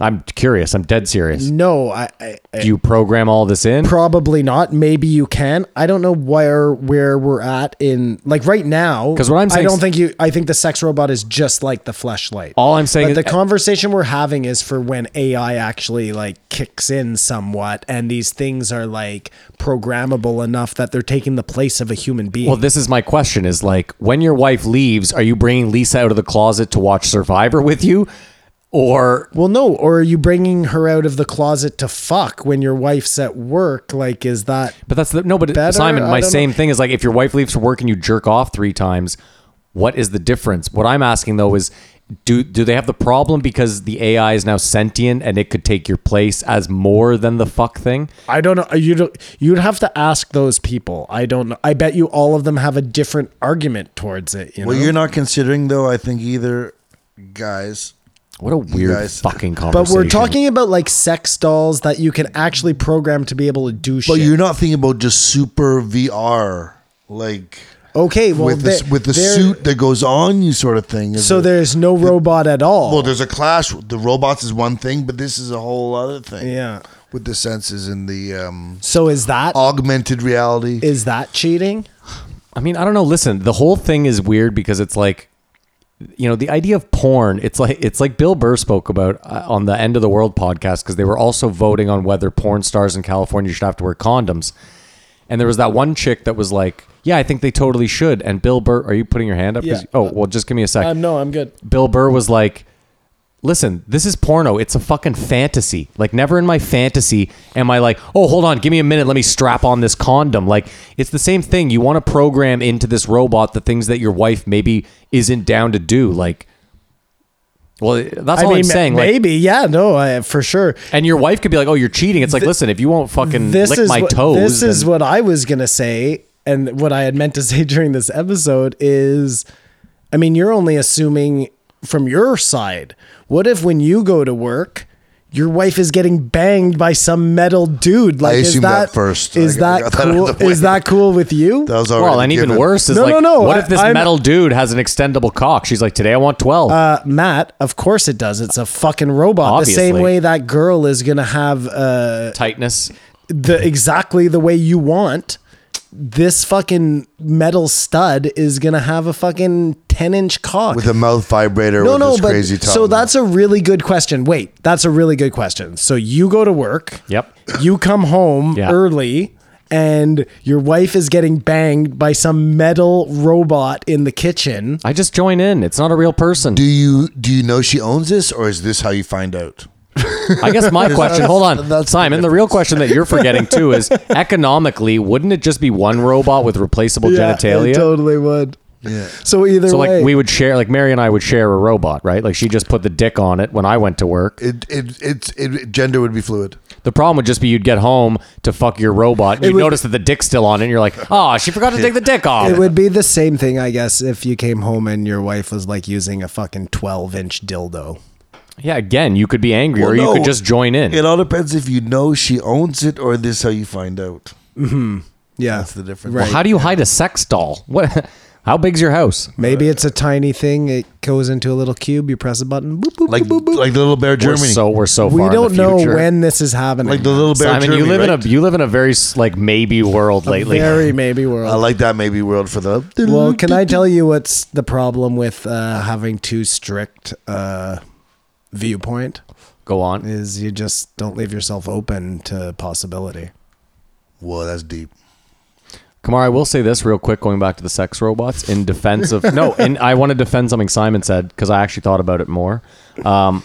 I'm curious. I'm dead serious. no, I, I Do you program all this in? Probably not. Maybe you can. I don't know where where we're at in like right now. 'Cause what I'm saying I don't is- think you. I think the sex robot is just like the fleshlight. All I'm saying But is- the conversation we're having is for when AI actually like kicks in somewhat, and these things are like programmable enough that they're taking the place of a human being. Well, this is my question: Is like when your wife leaves, are you bringing Lisa out of the closet to watch Survivor with you, or Well, no, or are you bringing her out of the closet to fuck when your wife's at work? Like, is that But that's the, no, but Better? Simon, I my don't same thing is like if your wife leaves for work and you jerk off three times, what is the difference? What I'm asking though is do do they have the problem because the AI is now sentient and it could take your place as more than the fuck thing? I don't know. You don't, you'd have to ask those people. I don't know. I bet you all of them have a different argument towards it. You Well, know? you're not considering though. I think either guys. What a weird guys- fucking But conversation. we're talking about like sex dolls that you can actually program to be able to do But shit. you're not thinking about just super VR, like okay, well, with this they- with the they're- suit that goes on you, sort of thing. is So it? there's no robot at all. Well, there's a clash. The robots is one thing, but this is a whole other thing. Yeah. with the senses and the um, so is that is augmented reality. that cheating? I mean, I don't know. Listen, the whole thing is weird because it's like, you know, the idea of porn. It's like it's like Bill Burr spoke about uh, on the End of the World podcast because they were also voting on whether porn stars in California should have to wear condoms. And there was that one chick that was like, "Yeah, I think they totally should." And Bill Burr, are you putting your hand up? 'Cause- Yeah. Oh, well, just give me a sec. no, I'm good. Bill Burr was like, listen, this is porno. It's a fucking fantasy. Like, never in my fantasy am I like, oh, hold on, give me a minute. Let me strap on this condom. Like, it's the same thing. You want to program into this robot the things that your wife maybe isn't down to do. Like, well, that's I all mean, I'm saying. Like, maybe. yeah, no, I, for sure. and your wife could be like, oh, you're cheating. It's like, listen, if you won't fucking lick my what, toes. This is then- what I was gonna say, and what I had meant to say during this episode is, I mean, you're only assuming from your side. What if when you go to work? Your wife is getting banged by some metal dude. Like, is assumed that that first. Is I got- I that got that out cool? of the way. Is that cool with you? that was already well, and even given. worse is No, like, no, no, what I- if this I'm- metal dude has an extendable cock? She's like, today I want 12. Uh, Matt, of course it does. It's a fucking robot. The Obviously. same way that girl is gonna have uh, Tightness. the exactly the way you want, this fucking metal stud is gonna have a fucking ten inch cock. with a mouth vibrator. no, with no, this but crazy tongue. so that's a really good question. Wait, that's a really good question. So you go to work. Yep. You come home Yeah. early. And your wife is getting banged by some metal robot in the kitchen. I just join in. It's not a real person. Do you do you know she owns this, or is this how you find out? I guess my question, hold on, that's the Simon, the real question that you're forgetting too is economically, wouldn't it just be one robot with replaceable genitalia? totally would. Yeah. So either So way, like we would share, like Mary and I would share a robot, right? Like she just put the dick on it when I went to work. It it it's it, gender would be fluid. The problem would just be you'd get home to fuck your robot. and You would- notice that the dick's still on it. and You're like, oh, she forgot to take the dick off. it would be the same thing, I guess, if you came home and your wife was like using a fucking twelve inch dildo. yeah, again, you could be angry, or Well, you no. could just join in. It all depends if you know she owns it or this how you find out. Yeah, That's the difference. Right. How do you hide a sex doll? What? How big's your house? Maybe it's a tiny thing. It goes into a little cube. You press a button. Boop boop Like boop boop. boop. like the little bear We're Germany. so we're so far. we in the don't know future. when this is happening. like the little bear Simon, Germany. you live in right? a you live in a very s- like maybe world lately. very maybe world. I like that maybe world for the Well, can I tell you what's the problem with uh, having too strict uh, viewpoint? Go on. Is you just don't leave yourself open to possibility. Whoa, that's deep. Kamar, I will say this real quick, going back to the sex robots in defense of no, and I want to defend something Simon said because I actually thought about it more. Um,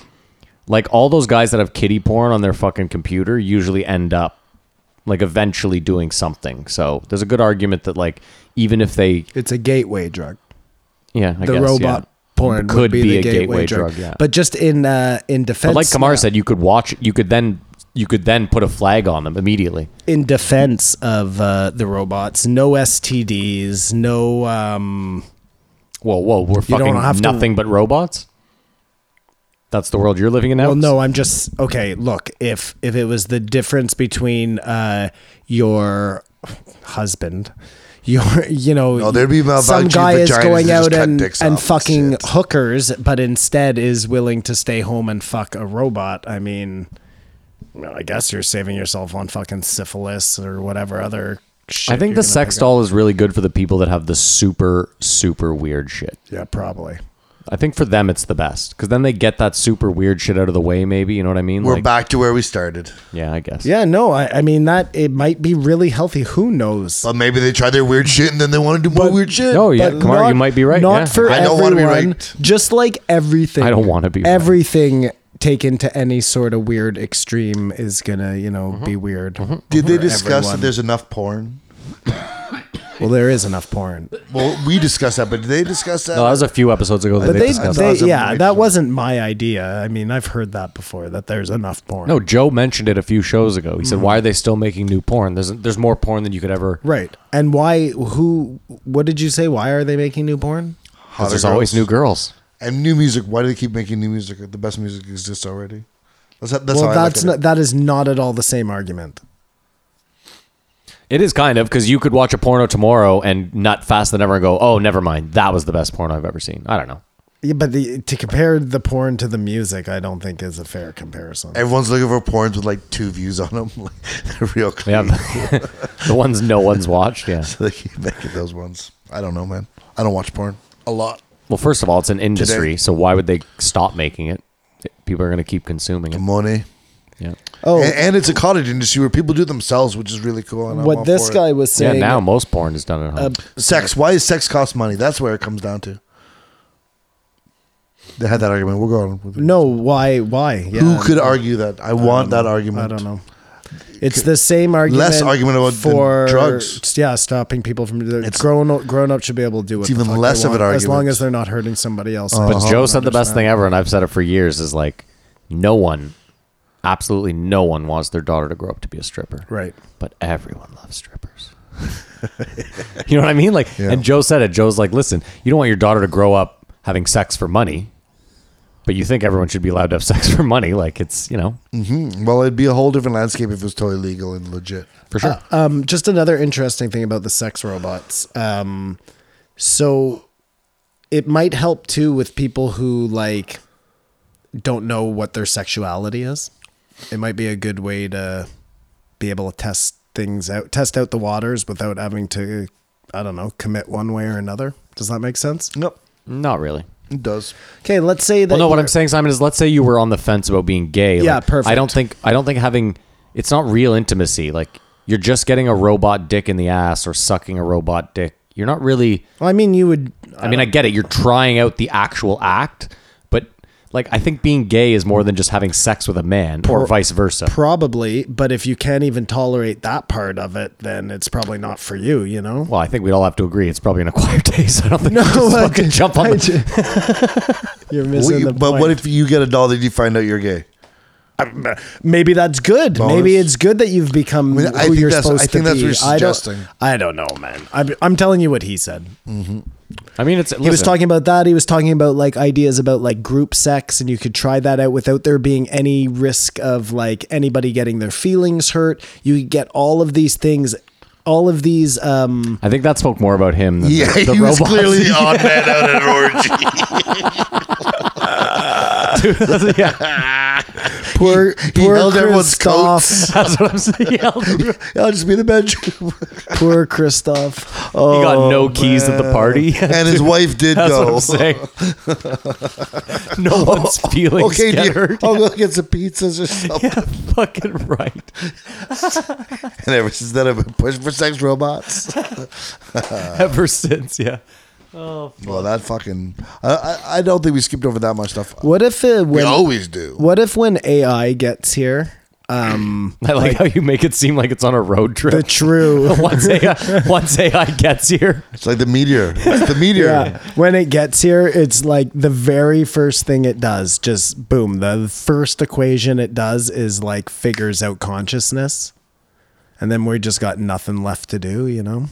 like all those guys that have kitty porn on their fucking computer usually end up like eventually doing something. So there's a good argument that like even if they It's a gateway drug. yeah I the guess, robot yeah. porn could would be, be the a gateway, gateway drug. drug, yeah. But just in uh, in defense, But like Kamar yeah, said, you could watch you could then you could then put a flag on them immediately. in defense of uh, the robots, no STDs, no. Um, Whoa, whoa, we're don't fucking have to- nothing but robots? That's the world you're living in now? well, no, I'm just okay. Look, if if it was the difference between uh, your husband. Your, you know, No, there'd be some malfunctioning guy is vaginas going that just out cut and, dicks and off and fucking shit. hookers, but instead is willing to stay home and fuck a robot. I mean, well, I guess you're saving yourself on fucking syphilis or whatever other shit. I think you're the gonna sex pick up. doll is really good for the people that have the super, super weird shit. Yeah, probably. I think for them it's the best because then they get that super weird shit out of the way. Maybe you know what I mean? We're Like- back to where we started. Yeah, I guess. Yeah, no, I, I mean that it might be really healthy. Who knows? But maybe they try their weird shit and then they want to do more weird shit. No, yeah, But Kamar, you might be right. Not yeah. for I don't everyone. wanna be right. Just like everything. I don't wanna be right. Everything taken to any sort of weird extreme is gonna, you know, be Mm-hmm. weird. Did they for discuss that everyone. there's enough porn? Well, there is enough porn. Well, we discussed that, but did they discuss that? No, that was a few episodes ago that But they, they, discussed. they that. yeah, that wasn't my idea. I mean, I've heard that before that there's enough porn. no, Joe mentioned it a few shows ago. He said, "Why are they still making new porn? There's there's more porn than you could ever. Mm-hmm. Right. And why who what did you say why are they making new porn? 'cause Hotter There's always new girls. girls. and new music. Why do they keep making new music? The best music exists already. That's that's how well, that's I look not, at that is not at all the same argument. It is kind of because you could watch a porno tomorrow and nut fast than ever and go, oh, never mind. That was the best porno I've ever seen. I don't know. Yeah, but the, to compare the porn to the music, I don't think is a fair comparison. it. Everyone's looking for porns with like two views on them. Like, they're real clean. Yeah, the ones no one's watched. Yeah. So they keep making those ones. I don't know, man. I don't watch porn a lot. Well, first of all, it's an industry, so why would they stop making it? People are going to keep consuming it. Money. Yeah. Oh, And, and it's a cottage industry where people do themselves, which is really cool. And I'm all what this for it. guy was Yeah. saying. Now most porn is done at home. Sex. Why is sex cost money? That's where it comes down to. They had that argument. We're going. With it. no, why? Why? Yeah, Who could argue that? I, want that argument. I don't know. It's the same argument. argument about the for drugs. Yeah, stopping people from it's, grown grown up should be able to do. What it's even the fuck they less of want, an as long argument. as they're not hurting somebody else. But Joe said the best thing ever, and I've said it for years: is like, no one, absolutely no one, wants their daughter to grow up to be a stripper. Right. But everyone loves strippers. you know what I mean? Like, and Joe said it. Joe's like, listen, you don't want your daughter to grow up having sex for money, but you think everyone should be allowed to have sex for money. Like, it's you know, Well, it'd be a whole different landscape if it was totally legal and legit. for sure. Um, just another interesting thing about the sex robots. Um, so it might help too with people who like don't know what their sexuality is. It might be a good way to be able to test things out, test out the waters without having to, I don't know, commit one way or another. Does that make sense? Nope. Not really. It does. Okay, let's say that. Well, no, what you're- I'm saying, Simon, is let's say you were on the fence about being gay. Yeah, Like, perfect. I don't think I don't think having it's not real intimacy. Like you're just getting a robot dick in the ass or sucking a robot dick. You're not really. Well, I mean, you would. uh, I mean, I get it. You're trying out the actual act, but Like, I think being gay is more than just having sex with a man or vice versa. Probably, but if you can't even tolerate that part of it, then it's probably not for you, you know? well, I think we'd all have to agree it's probably an acquired taste. I don't think no, we just I fucking did- jump on I the ju- You're missing We- the but point. what if you get a doll that you find out you're gay? Maybe that's good. Maybe it's good that you've become mean, I who think you're that's- supposed I think to that's be. what you're I don't- suggesting. I don't, know, man. I'm, I'm telling you what he said. I mean, it's. He was talking about that. He was talking about like ideas about like group sex, and you could try that out without there being any risk of like anybody getting their feelings hurt. You get all of these things, all of these. um I think that spoke more about him than Yeah, the, the he was robots. clearly the odd man out at an orgy. yeah, Poor, he poor held everyone's Christoph. that's what I'm saying. He held- he I'll just be in the bedroom. poor Christoph. got no keys at the party. That's and his wife did what go. I'm saying. no one's feelings Okay, get dear, hurt. I'll go get some pizzas or something. Yeah, fucking right. And ever since then, I've been pushing for sex robots. Ever since, yeah. well, that fucking. I, I, I don't think we skipped over that much stuff. What if it We when? always do. What if when AI gets here? Um, I like, how you make it seem like it's on a road trip. the true. once AI, once AI gets here, It's like the meteor. It's the meteor. Yeah. When it gets here, it's like the very first thing it does, just boom. The first equation it does is like figures out consciousness. And then we just got nothing left to do, you know?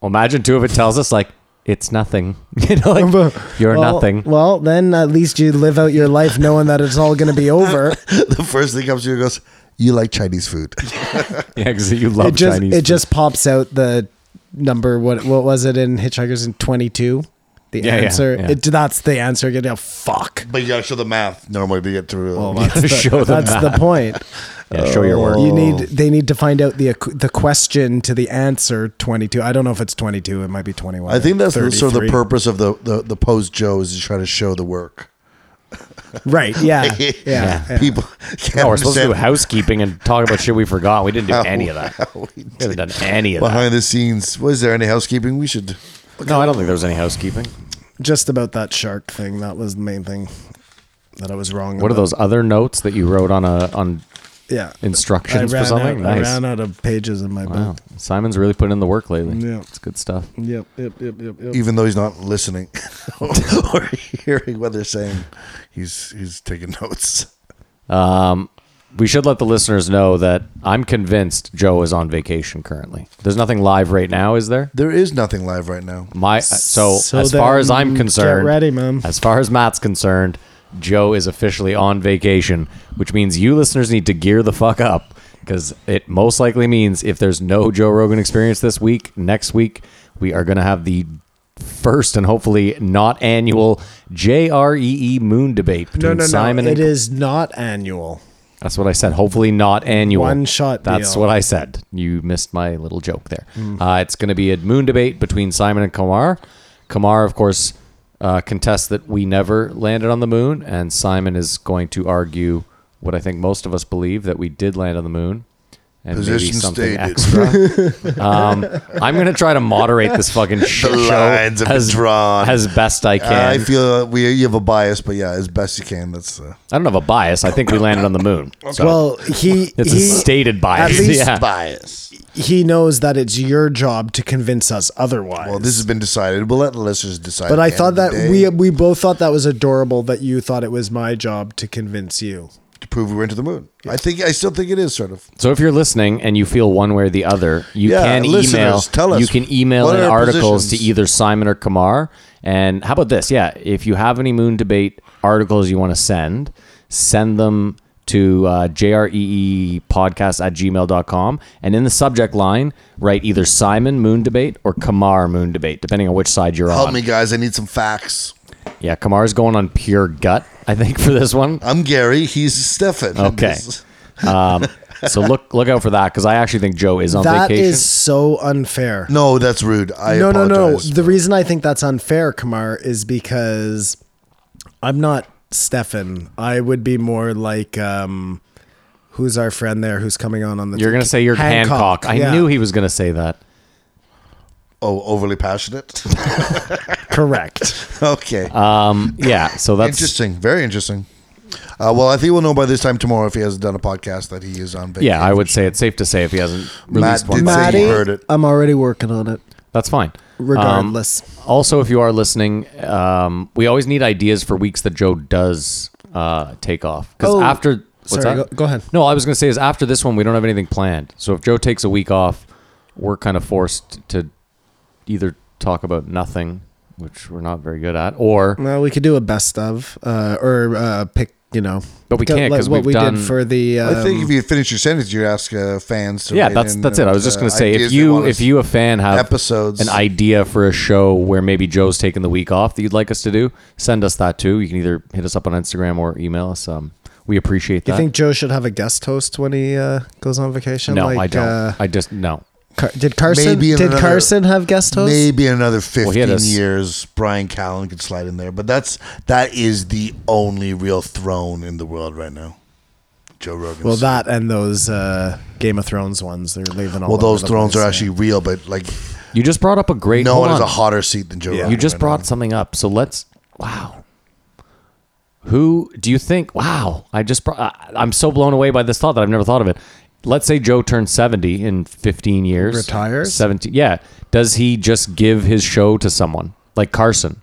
well, imagine too if it tells us like it's nothing. You know, like you're Well- nothing. Well, then at least you live out your life knowing that it's all going to be over. The first thing comes to you and goes, "You like Chinese food?" Yeah, because you it love just Chinese. it food. just pops out the number what what was it in Hitchhikers in 22? The Yeah, yeah, answer. yeah. It, that's the answer. You know, fuck. but you gotta show the math normally to get through. that's the, show them That's that. the point. yeah, show your work. You need they need to find out the the question to the answer 22. I don't know if it's 22, it might be 21. I think that's the, sort of the 33. purpose of the the, the post Joe is to try to show the work. Right. Yeah. Yeah. yeah. People can't No, Oh, we're supposed to do understand housekeeping and talk about shit we forgot. We didn't do any of that. We haven't done any of that. behind the scenes. Was there any housekeeping? We should. No, I don't think there was any housekeeping. Just about that shark thing. That was the main thing that I was wrong What are about. those other notes that you wrote on a on Yeah. I instructions for ran, out, something? I Nice. ran out of pages in my Wow. book. Simon's really putting in the work lately. Yeah. It's good stuff. Yep, yep, yep, yep, yep. even though he's not listening or hearing what they're saying, he's he's taking notes. We should let the listeners know that I'm convinced Joe is on vacation currently. There's nothing live right now, is there? There is nothing live right now. My uh, so, So as far as then I'm get concerned, ready, man. As far as Matt's concerned, Joe is officially on vacation, which means you listeners need to gear the fuck up because it most likely means if there's no Joe Rogan experience this week, next week we are going to have the first and hopefully not annual JREE E Moon debate between No, no, Simon no. It and is not annual. That's what I said. Hopefully not annual. One shot That's deal. Mm. what I said. You missed my little joke there. Uh, it's going to be a moon debate between Simon and Kamar. Kamar, of course, uh, contests that we never landed on the moon, and Simon is going to argue what I think most of us believe that we did land on the moon. And maybe Position something stated. extra. um, I'm going to try to moderate this fucking shit lines show have been as, drawn. as best I can. I feel we you have a bias, but yeah, as best you can. That's uh, I don't have a bias. I think we landed on the moon. So Well, he Oh. it's he a stated bias. least yeah. bias. he knows that it's your job to convince us otherwise. Well, this has been decided. We'll let the listeners decide. But at I the thought end of that the we day we both thought that was adorable that you thought it was my job to convince you. to prove we went to the moon. I think I still think it is sort of. So if you're listening and you feel one way or the other, you Yeah, can listeners, email. tell us, you can email what in are our articles positions? to either Simon or Kamar. And how about this? Yeah, if you have any Moon Debate articles you want to send, send them to uh, jreepodcast E at gmail.com. And in the subject line, write either Simon Moon Debate or Kamar Moon Debate, depending on which side you're Help on. me, guys. I need some facts. Yeah, Kamar's going on pure gut, I think, for this one. I'm Gary. He's Stefan. Okay. Um, so look look out for that because I actually think Joe is on That vacation. is so unfair. No, that's rude. I no, no, apologize. no. The reason I think that's unfair, Kamar, is because I'm not Stefan. I would be more like um, who's our friend there who's coming on on the. You're gonna say you're Hancock. I yeah. knew he was gonna say that. Oh, overly passionate. Correct. Okay. Um, yeah, so that's interesting. Very interesting. Uh, well, I think we'll know by this time tomorrow if he hasn't done a podcast that he is on. yeah. I would say it's safe to say if he hasn't released did one, say- Maddie, you heard it. I'm already working on it. that's fine. Um, Regardless. also, if you are listening, um, we always need ideas for weeks that Joe does uh, take off because Oh, after what's sorry, that? go- go ahead. No, I was going to say is after this one we don't have anything planned. So if Joe takes a week off, we're kind of forced to either talk about nothing, which we're not very good at, or well, we could do a best of, uh, or uh, pick, you know. But we go- can't, like 'cause what we've we done- did for the. Um, I think if you finish your sentence, you ask uh, fans. To yeah, write that's in, that's it. I was uh, just gonna say if ideas they you want if us- you a fan have Episodes. an idea for a show where maybe Joe's taking the week off that you'd like us to do, send us that too. You can either hit us up on Instagram or email us. Um, we appreciate that. you think Joe should have a guest host when he uh, goes on vacation? no, like, I don't. Uh, I just no. Car- did Carson? Maybe in did another- Carson have guest hosts? maybe in another he fifteen had a s- years, Brian Callen could slide in there, but that's that is the only real throne in the world right now. Joe Rogan. Well, that and those uh, Game of Thrones ones, they're leaving all. well, over those the thrones place, are yeah. actually real, but like You just brought up a great. no hold one has on. a hotter seat than Joe. Rogan You just right brought now. something up. So let's. Wow. Who do you think? Wow. I just. brought- I, I'm so blown away by this thought that I've never thought of it. Let's say Joe turns 70 in 15 years. Retires? 17. Yeah. Does he just give his show to someone like Carson?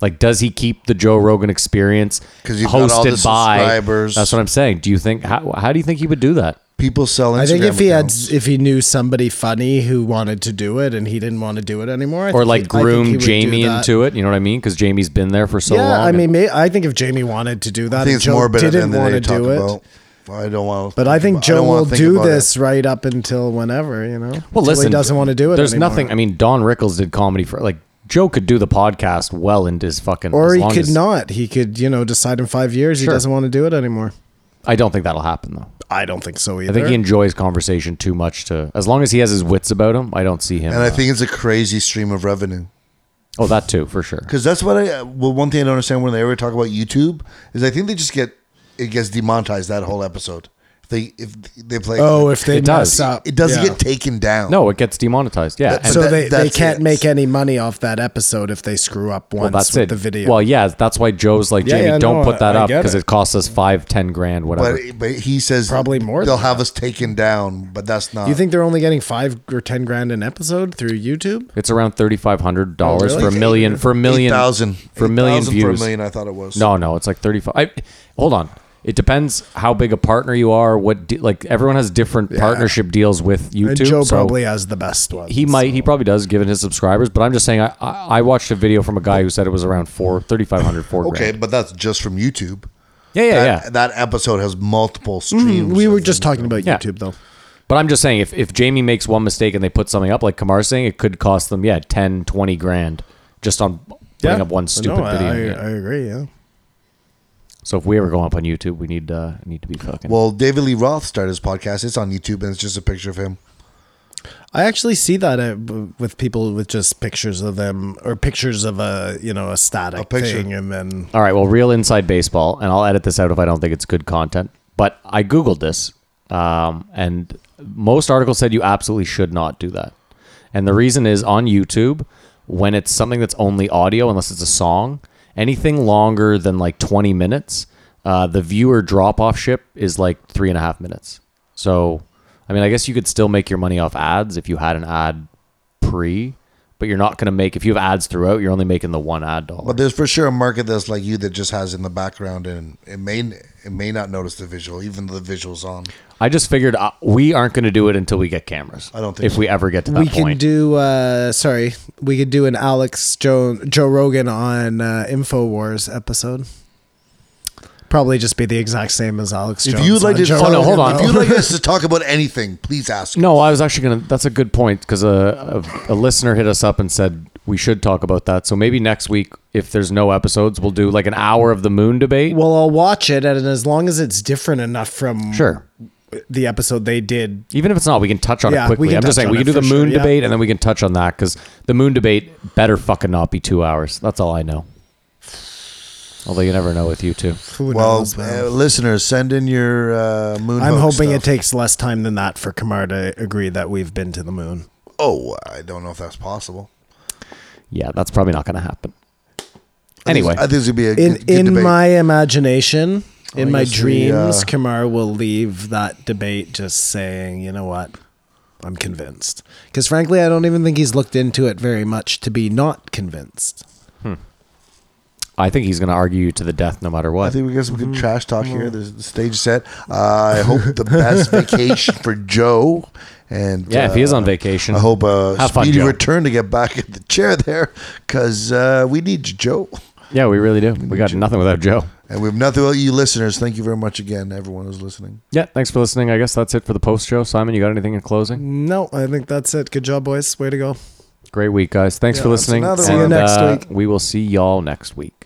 Like, does he keep the Joe Rogan experience 'Cause you've got all the subscribers. That's what I'm saying. Do you think? How, how do you think he would do that? people sell. Instagram I think if he had, accounts. if he knew somebody funny who wanted to do it and he didn't want to do it anymore, I Or think like he- I think he groom would do Jamie that. into it? You know what I mean? Because Jamie's been there for so Yeah, long. I and- mean, may, I think if Jamie wanted to do that, I think and it's Joe morbid at the didn't end of the want day to to talk do it. about. I don't want to. But I think Joe will do this It. right up until whenever you know. Well, until listen, he doesn't want to do it. There's anymore. nothing. I mean, Don Rickles did comedy for like Joe could do the podcast well into his fucking. or as he long could as- not. He could, you know, decide in five years Sure. he doesn't want to do it anymore. I don't think that'll happen though. I don't think so either. I think he enjoys conversation too much to. As long as he has his wits about him, I don't see him. And I uh, think it's a crazy stream of revenue. oh, that too for sure. Because that's what I. Well, one thing I don't understand when they ever talk about YouTube is I think they just get it gets demonetized that whole episode. If they if they play. oh, if they It mess does. up, it doesn't yeah. get taken down. No, it gets demonetized. Yeah, and- That's- so that- they, they that's can't it. make any money off that episode if they screw up once well, that's with it. the video. Well, yeah, that's why Joe's like Yeah, Jamie. yeah, don't no, put that I- I up get because it. it costs us five, ten grand, whatever. but but he says Probably more They'll than have us taken down, but that's not. you think they're only getting five or ten grand an episode through YouTube? it's around thirty five hundred dollars Oh, for a really? million for a million 8,000. for a million 8,000 views for a million? I thought it was No, no, it's like 35. I, hold on. It depends how big a partner you are, what de- like everyone has different partnership deals with YouTube. And Joe so probably has the best one. he might he probably does given his subscribers, but I'm just saying I, I I watched a video from a guy who said it was around 4 3500 4 Okay, grand. but that's just from YouTube. Yeah, yeah, that, yeah. Mm-hmm. that episode has multiple streams. Mm, We were of just them. talking about Yeah. YouTube though. But I'm just saying if if Jamie makes one mistake and they put something up like Kamar's saying it could cost them yeah 10 20 grand just on putting up one stupid No, I- video. I, yeah. I agree. Yeah. so if we ever go up on YouTube, we need uh need to be fucking Well, David Lee Roth started his podcast. It's on YouTube, and it's just a picture of him. I actually see that uh, b- with people with just pictures of them or pictures of a you know a static picture. thing, and then All right, well, real inside baseball, and I'll edit this out if I don't think it's good content. But I googled this, um, and most articles said you absolutely should not do that. And the reason is on YouTube, when it's something that's only audio, unless it's a song, anything longer than like 20 minutes, uh, the viewer drop off ship is like three and a half minutes. So, I mean, I guess you could still make your money off ads if you had an ad pre, but you're not going to make, if you have ads throughout, you're only making the one ad dollar. But there's for sure a market that's like you that just has in the background, and it may it may not notice the visual, even though the visual's on. I just figured uh, we aren't going to do it until we get cameras. I don't think if so. we ever get to that we can point. do. Uh, sorry, we could do an Alex Joe Joe Rogan on uh, Infowars episode. Probably just be the exact same as Alex. If Jones you'd like on to, Joe talk- no, hold Rogan. on. If you'd like us to talk about anything, please ask. no, I was actually going to. That's a good point because a, a a listener hit us up and said we should talk about that. So maybe next week, if there's no episodes, we'll do like an hour of the moon debate. Well, I'll watch it, and as long as it's different enough from sure. the episode they did, Even if it's not, we can touch on Yeah, it we quickly. can I'm just touch saying on we can it do the for sure, moon yeah. debate and then we can touch on that because the moon debate better fucking not be two hours. That's all I know. Although you never know with you two. who Well, knows, man. uh, listeners, send in your uh, moon. I'm hoax hoping it stuff. takes less time than that for Kamar to agree that we've been to the moon. Oh, I don't know if that's possible. Yeah, that's probably not going to happen. I think- Anyway. I think this would be a in good, good in debate. my imagination, in I my guess the, uh, dreams, Kamar will leave that debate just saying, you know what, I'm convinced. Because frankly, I don't even think he's looked into it very much to be not convinced. I think he's going to argue you to the death no matter I what. think we got some good trash talk here. There's the stage set. Uh, I hope the best vacation for Joe. And yeah, if he is uh, on vacation. I hope a Have fun, speedy Joe. return to get back at the chair there, because uh, we need you, Joe. Yeah, we really do. We got nothing without Joe. And we have nothing without you, listeners. Thank you very much again, everyone who's listening. Yeah, thanks for listening. I guess that's it for the post show. Simon, you got anything in closing? No, I think that's it. Good job, boys. Way to go. Great week, guys. Thanks Yeah, for that's listening. another See you and, next uh, week. We will see y'all next week.